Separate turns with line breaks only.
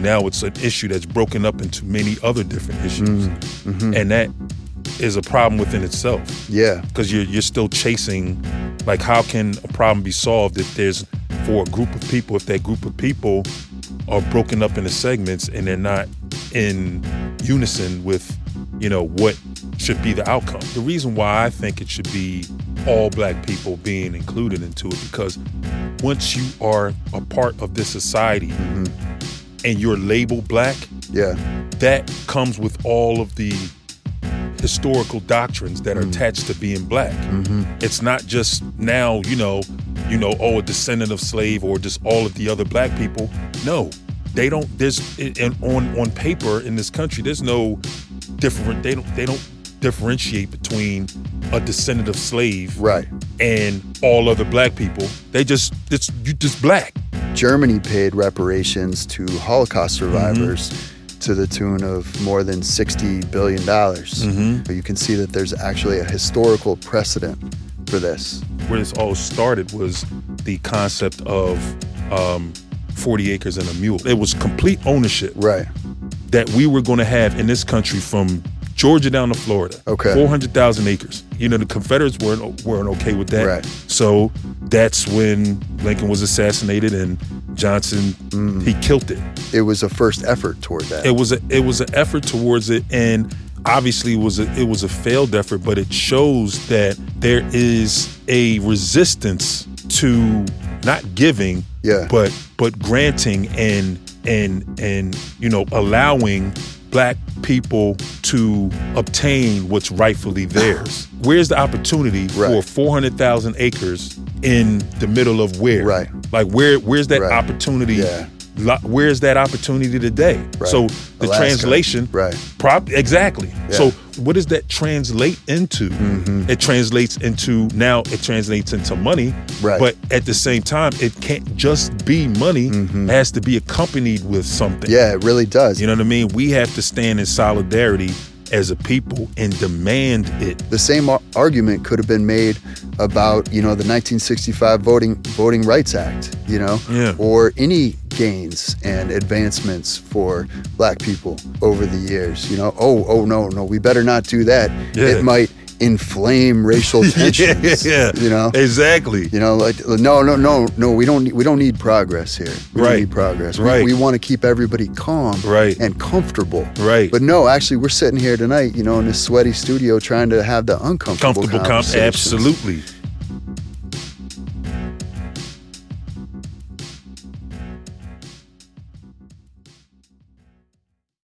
Now it's an issue that's broken up into many other different issues. And that is a problem within itself
Yeah.
because you're, you're still chasing, like, how can a problem be solved if there's for a group of people, if that group of people are broken up into segments and they're not in unison with, you know, what should be the outcome? The reason why I think it should be all black people being included into it because once you are a part of this society and you're labeled black,
Yeah.
that comes with all of the historical doctrines that are attached to being black. It's not just now, you know, you know, oh, a descendant of slave or just all of the other black people. No, they don't. There's and and on on paper in this country, there's no different. They don't. They don't differentiate between a descendant of slave
Right.
and all other black people. They just it's you just black.
Germany paid reparations to Holocaust survivors to the tune of more than $60 billion. But You can see that there's actually a historical precedent for this.
where this all started was the concept of um, 40 acres and a mule. It was complete ownership
Right.
that we were going to have in this country from Georgia down to Florida.
Okay.
400,000 acres. You know, the Confederates weren't, weren't okay with that.
Right.
So that's when Lincoln was assassinated and Johnson,
Mm.
he killed it
It was a first effort toward that.
it was a it was an effort towards it and obviously it was a, it was a failed effort but it shows that there is a resistance to not giving
Yeah.
but but granting and and and you know allowing black people to obtain what's rightfully theirs where's the opportunity for
Right.
400,000 acres in the middle of where
Right.
like where where's that
Right.
opportunity
Yeah.
lo- where's that opportunity today
Right.
so the
Alaska.
translation,
Right.
Prop exactly.
Yeah. Mm-hmm.
So what does that translate into? It translates into now. It translates into money.
Right.
But at the same time, it can't just be money.
Mm-hmm.
It has to be accompanied with something.
yeah, it really does.
You know what I mean? We have to stand in solidarity as a people and demand it.
the same ar- argument could have been made about you know the 1965 voting voting rights act you know
Yeah.
or any gains and advancements for black people over the years you know oh oh no no we better not do that
Yeah.
it might inflame racial tensions
yeah.
you know
Exactly.
you know, like no, no, no, no. We don't. Need, we don't need progress here. We
Right.
don't need progress. We-
Right.
We, want to keep everybody calm.
Right.
And comfortable.
Right.
But no, actually, we're sitting here tonight, you know, in this sweaty studio, trying to have the uncomfortable,
Comfortable. Com-
conversations.
absolutely.